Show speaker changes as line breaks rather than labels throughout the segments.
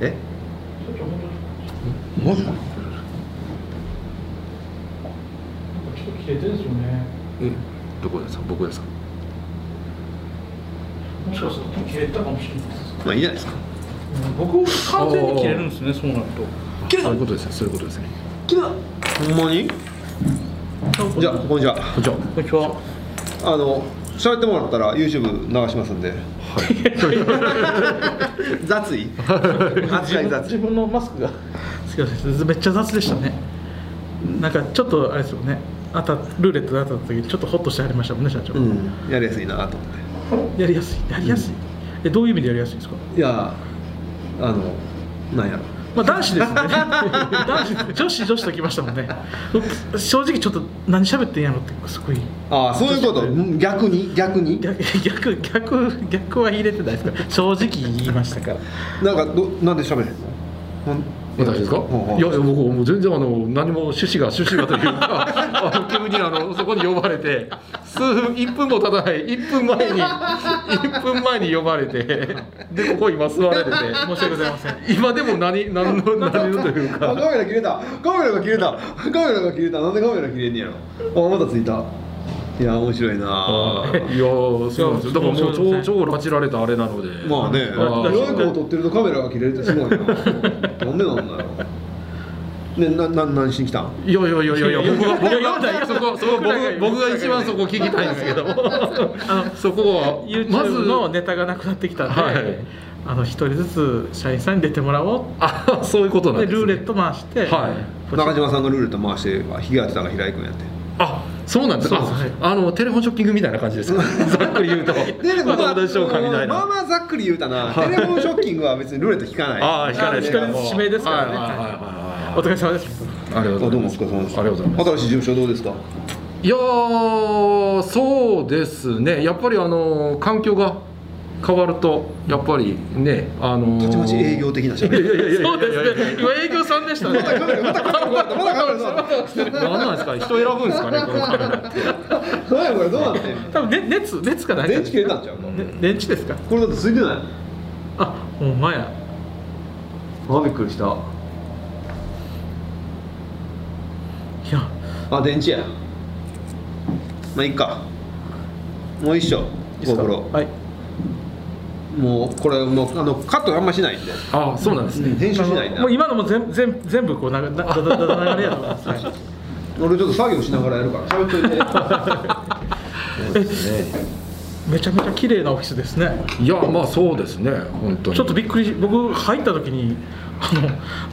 えマジか
なんかちょっと切れてるんですよね。
えどこですか僕ですか
もしかすると切れたかもしれないです。
まあいいじゃないですか
うん僕完全に切れるんですね。そうなると。
切れたそういうことですねそういうことですね
切れた。
ほんまにじゃあこんにちは
じゃ
こんにちは。
あの喋ってもらったら YouTube 流しますんで、 雑い扱い雑
自
い
分のマスクが。すいません。めっちゃ雑でしたね。なんかちょっとあれですよね。あたルーレットで当たった時ちょっとホッとしてはりましたもんね社長、
うんやりやすいなと思って
やりやすいやりやすい、えどういう意味でやりやすいんですか
いやあのなんやろ
まあ男子で すね男子女子女子ときましたもんね正直ちょっと何喋ってんやろってすごい
ああそういうことうん逆に逆に
逆逆逆逆は入れてないですか正直言いましたから
なんかどなんで喋れへんのなん
私ですか、
うんうん
いやいや僕もう全然あの何も趣旨が趣旨がというかあの急にあのそこに呼ばれて数分1分も経たない1分前に1分前に呼ばれてでここ今座られて
申し訳ございません
て今でも何何の何のという
あ
か
カメラ切れたカメラが切れたカメラが切れたなんでカメラ切れんねやろあまたついたいや面白いな
あーいやーそうなんですよだからもう超超拉致られたあれなので
まあね
ー
ロイコを撮ってるとカメラが切れるってすごいななんでなんだろうねなな何しに来たん
いやいやいやいやいや僕が僕
いやいやいや
がそこそこ僕が僕が一番そこ聞きたいんですけど
あ
そこは
の YouTube
まず
のネタがなくなってきたんで、
はい
あの一人ずつ社員さんに出てもらおう
あそういうことなん
で
です、ね、
ルーレット回して、
はい
ポチッ
中島さんがルーレット回してひげ当てたのが平井君やって
あそうなんですか
そうです
ああのテレフォンショッキングみたいな感じですかざっくり言うとまた同じ紹介みたい
まあ
な
まあざっくり言うたなテレフォンショッキングは別にルーレット引かない
ああ引かない
引かない
もう
指名ですからね
はいはいはい
お
はい
疲れ様です
ありがと
あど
う
う
ござ
も
い
お
ます
疲れ様です
ありがとうございます
新しい事務所どうですか
いやーそうですねやっぱりあの環境が変わるとやっぱりねあの
たちまち営業的なしゃべ
いやいやいやいや
そう
いやいやいや
ですね今営業さんでしたね
またカメラまたカメラ またカメラ
何なんですか人選ぶんですかねこのカメラって
どうやこれどうなってん
多分、ね、熱熱かな
の
いか
電池切れたんちゃうか
ね電池ですか
これだってついてない
あほんまや
あびっくりした
いや
あ電池やまあいっかもう一緒
いいっすか
GoPro
はい
もうこれもうあのカットあんましないんで
あそうなんですね
編集しないんだ
もう今のも全全全部こうなだだだだだ流れやと思います、はい
俺ちょっと作業しながらやるから喋っといて
めちゃめちゃ綺麗なオフィスですね
いやまあそうですね本当に
ちょっとびっくりし僕入った時にあ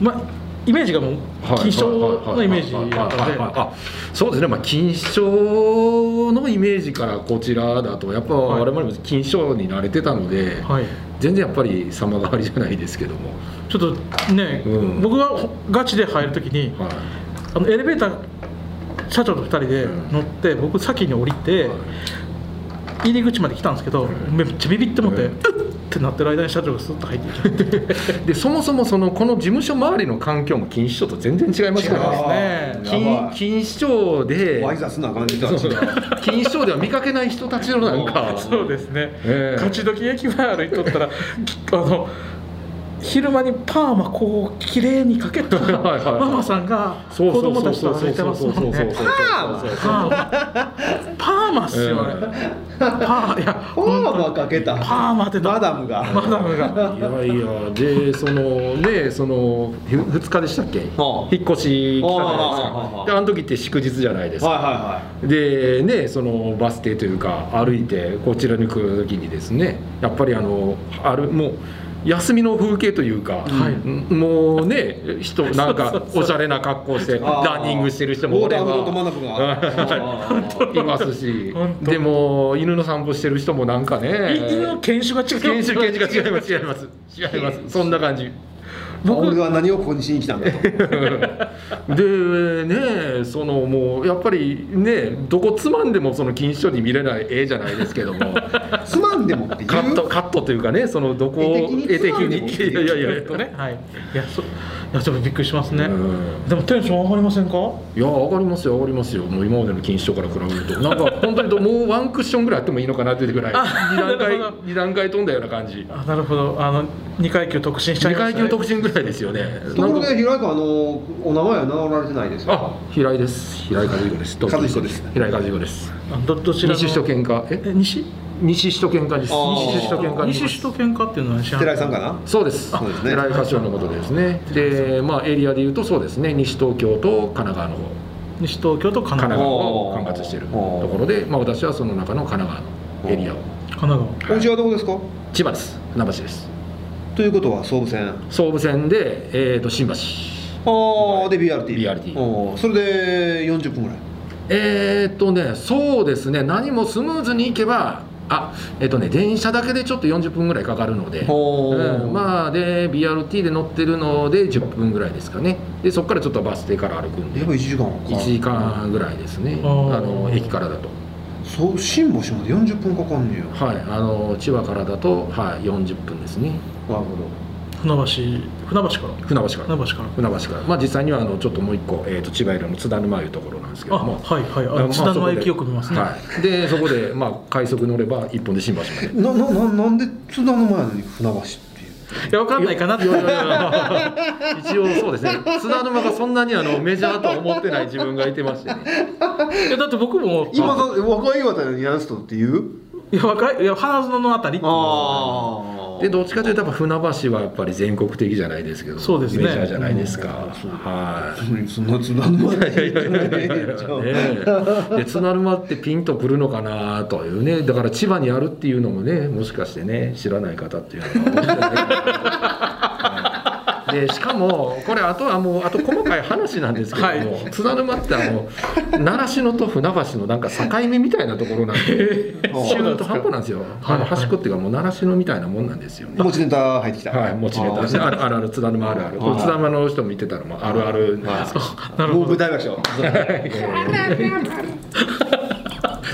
のまイメージがもう金賞のイメージだった
はいはいはいはい
ので
あそうですね、まあ、金賞のイメージからこちらだとやっぱ
はい
我々も金賞に慣れてたので、
はい
全然やっぱり様変わりじゃないですけども、
ちょっとね、
うん
僕がほガチで入る時に
はい
あのエレベーター社長と2人で乗って、僕先に降りて、
はい
入り口まで来たんですけど、めっちゃビビってもって、
う
うんっってなってる間に社長がスッと入ってきて
でそもそもそのこの事務所周りの環境も金賞と全然違いますから
違い
ね
まね
金金賞で
わいざすな感じだ
そうそう金賞では見かけない人たちのなんか
そうですね、
ええ
勝ち時駅前歩いとったらきあの昼間にパーマこう綺麗にかけた
はいはい
ママさんが子供たちと歩いてますもんねパーマパーマっすよね、パーいや
パーマかけた
パーマって
マダムが
マダムが
いやいやでそのねその2日でしたっけ
はあ
引っ越し来たじゃな
は
い
あは
です
あは
か
あ
であの時って祝日じゃないですか、
はいは
でねそのバス停というか歩いてこちらに来る時にですねやっぱりあのあるもう休みの風景というか、
はい
うんもうね 人なん
そう
か
そうそう
おしゃれな格好して
いはい
ランニングしてる人もおれば
ウォーターフロントマナ ブが
いますし
本当
でも犬の散歩してる人もなんかね
い犬の犬種が違う
犬種犬種が違います違います違いますそんな感じ
僕
僕
俺は何をここにしに来たんだと
でねそのもうやっぱりねどこつまんでもその禁止書に見れない絵じゃないですけども
つまんでもって
カ
言
ッ
う
トカットというかねそのどこを
絵
絵
的
的
に
にいやいやいや
えっとね、はい、いや、そう、いや、ちょっとびっくりしますね。
うん
でも、テンション上がりませんか。
いや上がりますよ上がりますよもう今までの禁止書から比べるとなんか本当にどもうワンクッションぐらいあってもいいのかなっていうぐらい
あ
2段階
なるほど
二段階飛んだような感じ
あ、なるほど、あの、二階級特進しちゃい
2
ま
階
した、ね。
級特進ぐらいですよね
ところ
なんか
で平井君あのお名前は名乗られてないですよ
あ平井です平井和彦ですどうぞ
和彦です
平井和彦です
あど、どちらの。
西首都圏化え
え、西。
西首都圏化です
あー
西首都圏化
西首都圏化っていうのは知らな
寺
い
井さんかな
そうです。
あそうですね
ライフのことですね。で、まあエリアで言うとそうですね。西東京と神奈川の方、
西東京と神
神
奈
奈
川。
川を管轄しているところで、まあ私はその中の神奈川のエリアを。
神奈川。
お家はどこですか
千葉です。船橋です。
ということは総武線
総武線でえっ、と新橋。
ああで BRT
BRT
おーそれで40分ぐらい
えっ、とね、そうですね。何もスムーズに行けば、あ、えっ、とね、電車だけでちょっと40分ぐらいかかるので。
おー
うん、まあで BRT で乗ってるので10分ぐらいですかねでそこからちょっとバス停から歩くんで
でも1時間はか
1時間ぐらいですね、
あー
あの駅からだと、
そう新橋まで40分かかんねやなる
はい、あの千葉からだと、はい、40分ですね、
ほ
船橋、船橋から。
船橋から、
船橋から。
船橋から、まあ、実際にはあのちょっともう一個、えー、と千葉よりも津田沼いうところなんですけ
あ、
ども、
はいはい、
ま
あ、
あ
津田
そ
の
こで
駅よく見ますね。
はい、でそこで、まあ、快速乗れば、一本で新橋まで。
どななななんで津田の前なのに船橋っていう
いや、わかんないかなって。
一応そうですね津田沼がそんなにあのメジャーとは思ってない自分がいてましてね
いやだって僕も
今の若い岩手にやらすとっていう
いや若いいや花園のあたり
あ
でどっちかというとやっぱ船橋はやっぱり全国的じゃないですけど
そうですね
メジャーじゃないですか、
うん
はい
そんな津田の前
いやいやいや
に
いやいやねえで津軽間ってピンとくるのかなというねだから千葉にあるっていうのもねもしかしてね知らない方っていうのは 多いんじゃないかなはいでしかもこれあとはもうあと細かい話なんですけども、津軽間ってあの習志野と船橋のなんか境目みたいなところなんで中途半端なんですよあの端っこっていうかもう習志野みたいなもんなんですよね
持ちネタ入ってきた
はい持ちネタねあるあるある津田沼あるあるこれ津田沼の人も言ってたらもうあるあるなんですけど
なる
も
ほ
う舞
ど
台場所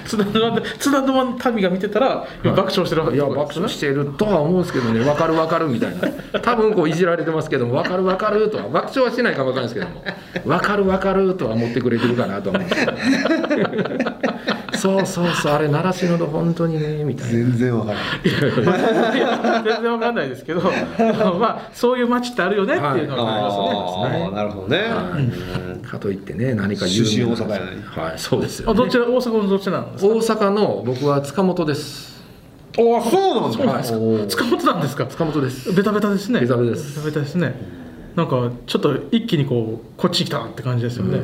津田沼津田沼の民が見てたら爆笑してるわけ
いや爆笑してるとは思うんですけどね分かる分かるみたいな多分こういじられてますけども分かる分かるとは爆笑はしてないかも分かんないですけども分かる分かるとは思ってくれてるかなとは思うんですけどそうそうそうあれ習志野の本当にねみたいな。
全然わからない
いや全然わかんないですけど まあそういう街ってあるよねっていうのがありますね、
あーなるほどねうん
かといってね何か
出身大
な
阪やのに
はいそうですよ、
あど
ね、
ちら大阪のどちらなんです
大阪の僕は塚本です
あそうなん
か、
だ
そうなんですか塚本なんですか
塚本です
ベタベタですね
ベタベタです
ベタベタですねなんかちょっと一気にこうこっちに来たって感じですよね、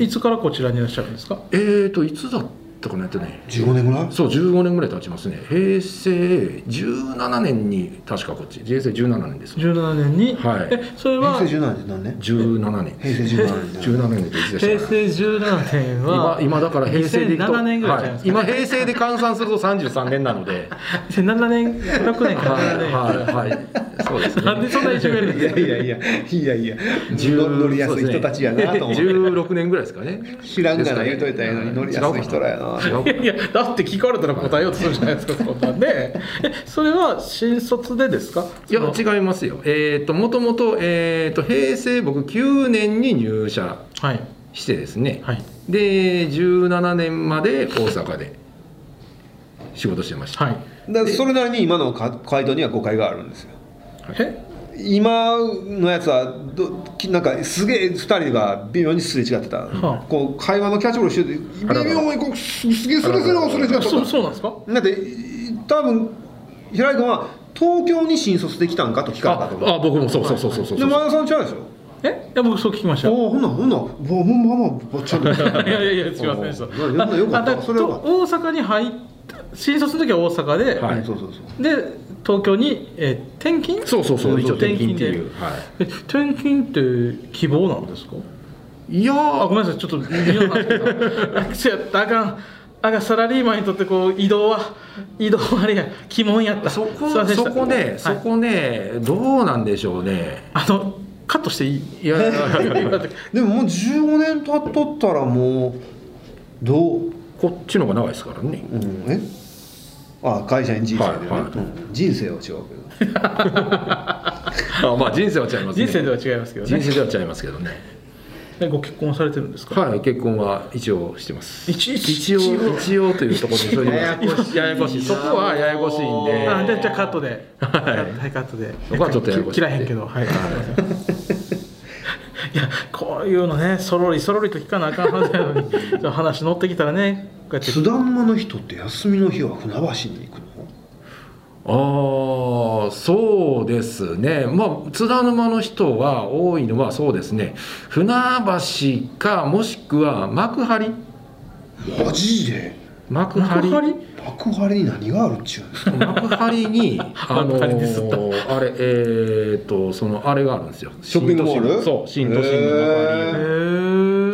えいつからこちらにいらっしゃるんですか
えーといつだったかなってね
15年ぐらい
そう15年ぐらい経ちますね平成17年に確かこっち平成17年です
17年に、
はい
えそれ
平
は
成17年って何年
17年
平成17年
17年っていつでした
平
かね
成17年は
今今だから平成でいくと
2007年ぐらいじゃないですか、
はい、今平成で換算すると33年なので
2007年6年
は
か
い
ら7年、
はいはいそうです
なんで
ね
そんな一緒がいるん
い
です
や
か
いやいやいやいや
10
乗りやすい人たちやなと思って
16年ぐらいですかね
知らんがな言うといたらええのに乗りやすい人らやな
違うか
いやいやだって聞かれたら答えようとするじゃないですかそんなんでえそれは新卒でですか
いや違いますよえっ、ともともと,、えー、と平成僕9年に入社
はい
してですね、
はい
で17年まで大阪で仕事してました、
はい
だからそれなりに今のか回答には誤解があるんですよ
え
今のやつはどきなんかすげえ2人が微妙にすれ違ってた、
はあ
こう会話のキャッチボールしてて
あらら
微妙にこうすすげえすれすれをすれ違って
そう
た
そうなんですか
だって多分平井君は東京に新卒できたんかと聞かれたと
あ
思
あ僕もそうそうそうそうそうう
で
そう
前田さん違うでしょ
えいや僕そう聞きまし
あ
た
あほんならほんならわもうまあまあばっちゃん
いやいやい やすいませんでした
ああよかったよかっ
あだ
たそれはよかっ
大阪に入っ新卒の時は大阪で、
はい
うんそうそうそう
で東京に、えー転勤
そうそうそう一応転勤って
で
いう、は
え転勤って希望なんですか
い、いや
あご
ー
めんなさいちょっと微妙なんですけどあかんあがサラリーマンにとってこう移動は移動はあれや鬼門やった
そこ
すいませんでし
そ
た
こね、
は
そ
い
こねどうなんでしょうね
あのカットしていい
いやいやいやいや
でももう15年経っとったらもうどう、
こっちの方が長いですからね
うん、えあ会社員人生でね、
はいはい
うん人生は違うけど
あまあ人生は違いますね
人生では違いますけど
人
ね
生では違いますけどね
ねご結婚されてるんですか
はい結婚は一応してます
一応
一応一応というところにそれで
ややこしい
ややこしいそこはややこしいんで
あじゃあじゃあカットで
はい
はいカットで
そこはちょっとややこしい
き切らへんけどはいいやこういうのねそろりそろりと聞かなあかんはずやのに ちょっと話乗ってきたらねこうやって
津田沼の人って休みの日は船橋に行くの
ああそうですねまあ津田沼の人は多いのはそうですね船橋かもしくは幕張
マジで
幕張
幕張
幕張に何があるっちゅうんですか
幕張にあの
幕張ですった
ーあれえー、っとそのあれがあるんですよ
ショッピングモール
新都心のそう新都心の
へ
幕張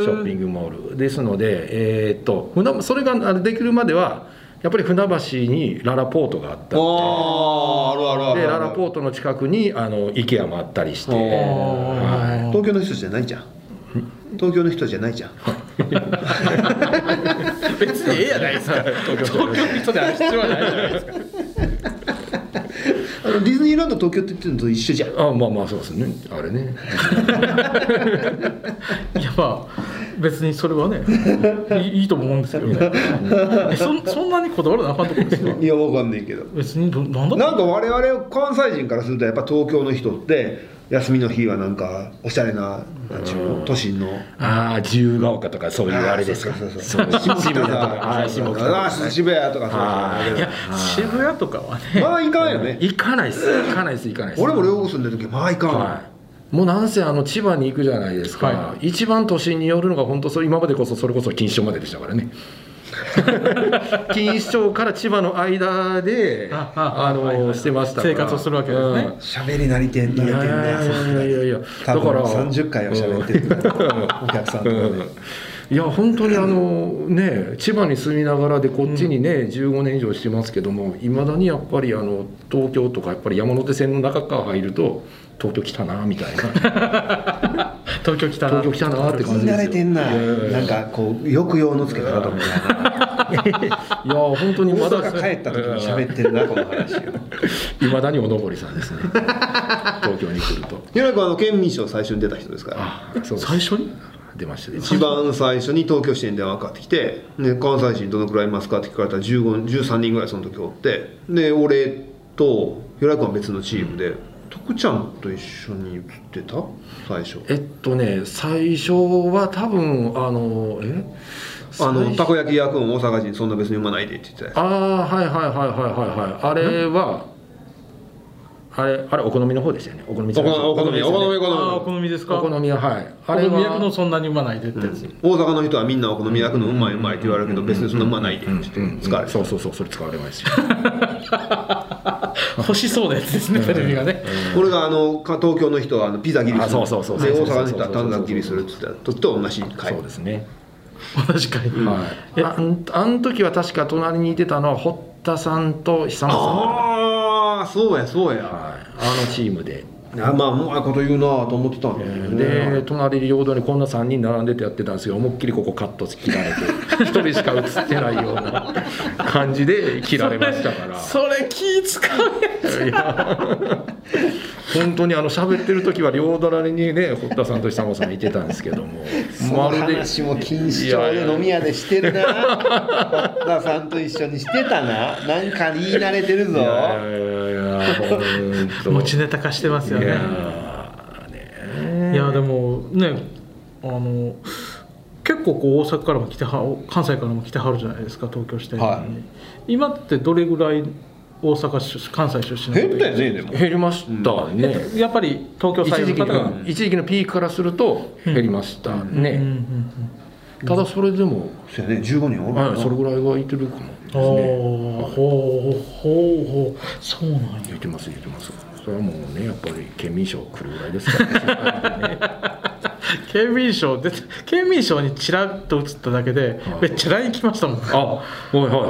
ー
ショッピ
グ
ングモールですので、えー、っと船それがあのできるまではやっぱり船橋にララポートがあった
ああるある
でララポートの近くにあの IKEA もあったりして、
あー
は
東京の人じゃないじゃん東京の人じゃないじゃん
別にええやない ですか東京の人である必要はないじゃないですか
あのディズニーランド東京って言ってるのと一緒じゃん
い、あまあまあそうですねあれね
いやまあ別にそれはねいいいいと思うんですけどねえそんそんなにこだわらなあかんとこですか
いやわかんないけど
別にどなんだ
なんか我々関西人からするとやっぱ東京の人って休みの日はなんかおしゃれななんちゅうの都心の
ああ自由が丘とかそういうあれですか
そうそう
そ
そうう
下
下
北
北沢
とかあー下北とか
あー渋谷とか
あー
そう
いや渋谷とかはね
まあ行かんよね
行かないっす行かないっす行かないっす
俺も両国住んでる時まあ行かんわ
はい、もうなんせあの千葉に行くじゃないですか、
は
一番都心に寄るのが本当そう今までこそそれこそ錦糸町まででしたか らね錦糸町から千葉の間で
ああ
あの
はいはいはい
してましたから
生活をするわけですね
喋りなりてん
うん
ないりてん
やい
ね
やいやいや
多
だから
分30回は喋ってるからお客さんとかで
うんいや本当にあの ね千葉に住みながらでこっちにね15年以上してますけどもいまだにやっぱりあの東京とかやっぱり山手線の中から入ると東京来たなみたいな
東京来たな
東京来たなって
言
感
い
じですよ
慣れてんな、
いやいやいや
なんかこう抑揚のつけ方とか
いや本当にまだ
大阪帰った時に喋ってるなこの話を
いまだにおのぼりさんですね東京に来ると
ひろやくんあの県民賞最初に出た人ですから
あそうです
最初に
出ましたね
一番最初に東京支店に電話かかってきて「ね、関西人どのくらいいますか?」って聞かれたら15 13人ぐらいその時おってで俺とひろやくんは別のチームで徳ちゃんと一緒に写ってた最初
えっとね最初は多分あのえ
あの
最
たこ焼き屋くん大阪人そんな別に産まないでって言ってたやつ
あーはいはいはいはいはいはいあれはあれあれお好みの方でしたよねお好みじゃないですよね
お好み
ああお好みですか
お好みははい
あ
あ
れ
れ
は都の
は
そんなに産まないでってやつ、
大阪の人はみんなお好み焼くのうまいうまいって言われるけど別にそんなうまないでって
うん
言って使われて
そうそうそうそれ使われますよ
欲しそうなやつですねテレビがね
これがあのか東京の人はあのピザ切りす
あ
る
そうそうそう
で
そう
大
そ
阪の人
うそう
は短冊切りするって言った時と同じ回
そうですね
同じ回
はいあんあん時は確か隣にいてたのは堀田さんと久松さん
ああそうやそうや
はい、あのチームで。
あまあもうあこと言うなと思ってたんだけど
で
ね
隣に陽道にこんな3人並んでてやってたんですけど思いっきりここカット切られて一人しか映ってないような感じで切られましたから
それ気使うや
いや本当にあの喋ってる時は両隣にね堀田さんと久本さんいてたんですけども
その話も錦糸町で飲み屋でして るな堀田さんと一緒にしてたななんか言い慣れてるぞ
いやいやいやいや本当
つ持ちネタ化してますよね
い
い
や
や
ーね
でもねあの結構こう大阪からも来ては関西からも来てはるじゃないですか東京支店に、
は
今ってどれぐらい大阪出関西出身の
変
方
だよねでも
減りましたね、
やっぱり東京
一
サイド
時期
の方が
の一時期のピークからすると減りましたね、
うんうん
ただそれでも、
そうやね15人おる
は、
ない
それぐらいはいてるかもです
お
ね
おほうほうほうそうなんや
言っ てます言ってますそれはもうねやっぱり県民賞来るぐらいですからね
県民賞出て県民賞にちらっと映っただけでめっちゃ LINE 来ましたもん
あ、はいはいはい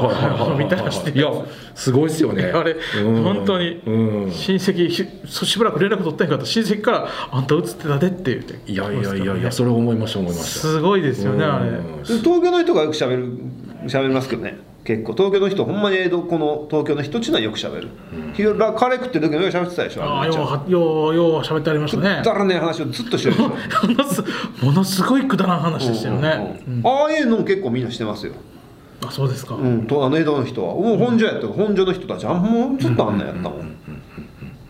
はいはい。
みたらし
いや、すごいですよね。
あれ
うん
本当に
うん。
親戚ひそしばらく連絡取ってへんかった親戚から「あんた映ってたで」って言って
いやいやいやいや、
そ
そうれ思いました思いま
です
し
からねすごいです
た。
よねあ
う
れ
ん
東京の人がよくしゃべるしゃべりますけどね結構東京の人ほんまに江戸この東京の人っちゅうのはよくしゃべる、ひろらカレー食ってる時もよくしゃべってたでしょ
あ
の
あよう
ちゃん
はようよう喋ってありましたね
くだらねえ話をずっとしてるでしょ
ものすものすごいくだらん話でしたよね、
うんうんうん
うん
ああいうの結構みんなしてますよ、
あそうですか、
うん、とあの江戸の人はもう本所やった本所の人たちあんもうずっとあんなんやったもん、で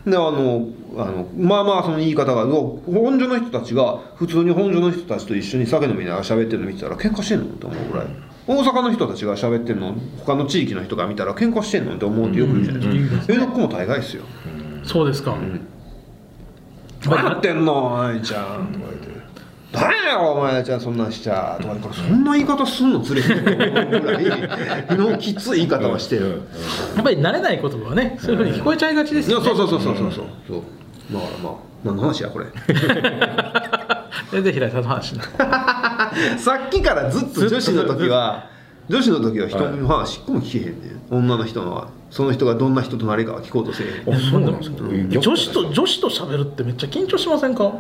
あのあのまあまあその言い方がうわ本所の人たちが普通に本所の人たちと一緒に酒飲みながら喋ってるの見てたら喧嘩してんのって思うぐらい大阪の人たちが喋ってるの他の地域の人が見たら喧嘩してんのって思うってよく言うじゃないですか、江戸っ子も大概ですよ
そうですか、
「何やってんの愛ちゃん」とか言って「何やろお前ちゃんそんなんしちゃ」とか言ってそんな言い方すんのずれへんと思うぐらい のきつい言い方はしてる。
やっぱり慣れない言葉はねそういうふうに聞こえちゃいがちです
いや
よ、ね
そうそうそうそうそうそうそうだからまあ何の話やこれ
全然平井さんの話になる
さっきからずっと女子の時は女子の時は人の話一個も聞けへんねん女の人のその人がどんな人となりかは聞こうとせえへん
あ、そうなんですか。逆
女子と女子と喋るってめっちゃ緊張しませんか
うん、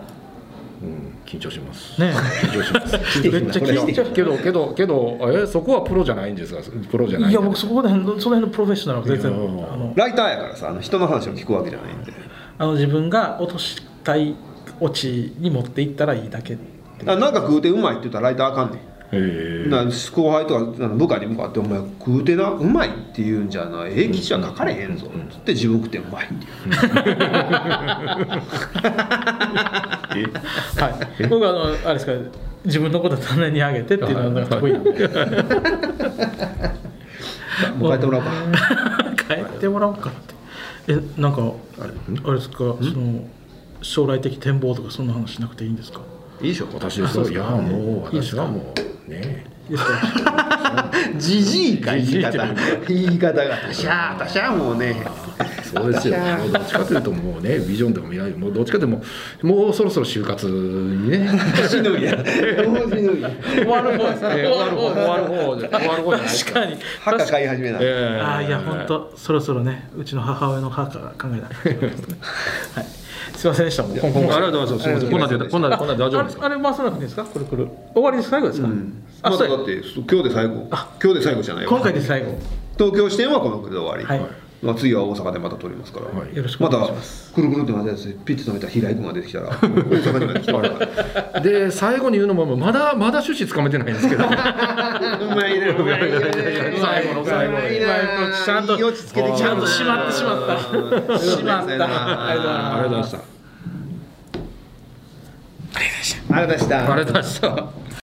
緊張します。
ね
緊張します。
めっちゃ緊張
けどけどけどえそこはプロじゃないんですかプロじゃない
いや僕そこら辺のその辺のプロフェッショナルは全然
いや
あの
ライターやからさあの人の話を聞くわけじゃないんで
あの自分が落としたい落ちに持っていったらいいだけ
あなんか食うてうまいって言ったらライターあかんねん
えー
な後輩とかあの部下に向かって「お前食うてなうまい」って言うんじゃない英吉は書かれへんぞっつって自分食ってうまいって言う
はい僕はあのあれですか自分のこと棚にあげてっていうのが得意なんで
さあもう帰ってもらおうか
帰ってもらおうかってえなんかあれですかその将来的展望とかそんな話しなくていいんですか
いいでしょ
私です
あそう
よ
で
い
す
や
か
もう
いいですか
私はもう
い
ね
いですか
じじいか言
じじ
い
いって
方 言い方が「たしゃーたしゃー」もうね
そうですよもうどっちかというともうねビジョンでも見ないもうどっちかでもうもうそろそろ就活にね
しのいやもうしのいや
終わる方ですね
終わる方終わる方じゃ終わる方じゃない
確かに
墓飼い始めな
えー
ああいや本当そろそろねうちの母親の墓が考えたはいすいませんでしたもう
ありがとうございますすいませんこんなんでこんなんでこんなんで大丈夫です
あ
か
れあれ回さなくていいですかこれくる終わりです最後ですか、あ
ま
そ
だ
う
だ
や
って今日で最後今日で最後じゃないわ
今回で最後
東京支店はこのくらいで終わり、
はい
まあ、次は大阪でまた撮りますから、
はい
よろしくお
ま
願い
た
します、
くるくるってまたやつピッて止めたら平井君が出てきたら大阪にまで来てもらうから
で最後に言うのもまだまだ趣旨つかめてないんですけど
うまいねうまいね
最後の最後
う
の
まいな
ちゃんと
いいオチつけてきた
ちゃんと閉まってしまった
うん
閉まった
うやな
ありがとうございます
ありがとうございました
ありがとうございました
ありがとうございました